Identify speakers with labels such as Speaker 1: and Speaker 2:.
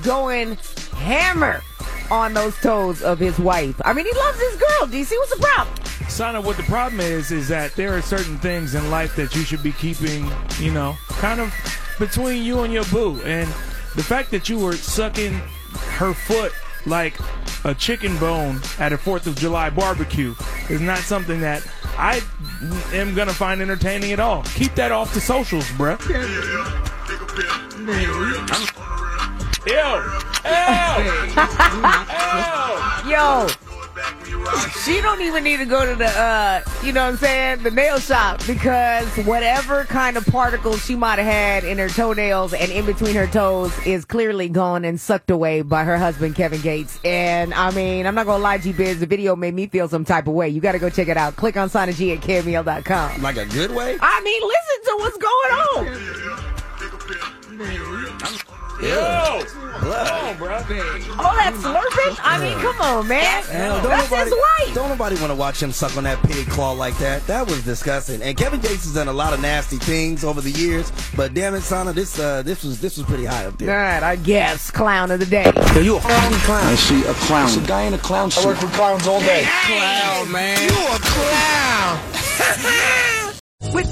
Speaker 1: going hammer on those toes of his wife. I mean, he loves his girl. DC, what's the problem?
Speaker 2: Sana, what the problem is, is that there are certain things in life that you should be keeping, you know, kind of between you and your boo. And the fact that you were sucking her foot like a chicken bone at a 4th of July barbecue is not something that I am going to find entertaining at all. Keep that off the socials, bruh. Ew.
Speaker 1: Yo, she don't even need to go to the, uh, you know what I'm saying, the nail shop because whatever kind of particles she might have had in her toenails and in between her toes is clearly gone and sucked away by her husband, Kevin Gates. And I mean, I'm not going to lie, G Biz, the video made me feel some type of way. You got to go check it out. Click on Sana G at E cameo.com.
Speaker 3: Like a good way?
Speaker 1: I mean, listen to what's going on.
Speaker 2: Ew. Come on, bruh.
Speaker 1: All that slurping? I mean, come on, man.
Speaker 3: Hell, don't
Speaker 1: That's
Speaker 3: nobody,
Speaker 1: his wife.
Speaker 3: Don't nobody want to watch him suck on that pig claw like that. That was disgusting. And Kevin Gates has done a lot of nasty things over the years, but damn it, Sana, this uh, this was this was pretty high up
Speaker 1: All
Speaker 3: there.
Speaker 1: right, I guess clown of the day.
Speaker 3: Yo, you a fucking clown.
Speaker 4: see a clown. It's a guy in a clown suit. I work with clowns all day.
Speaker 3: Clown, man. You a clown.
Speaker 5: With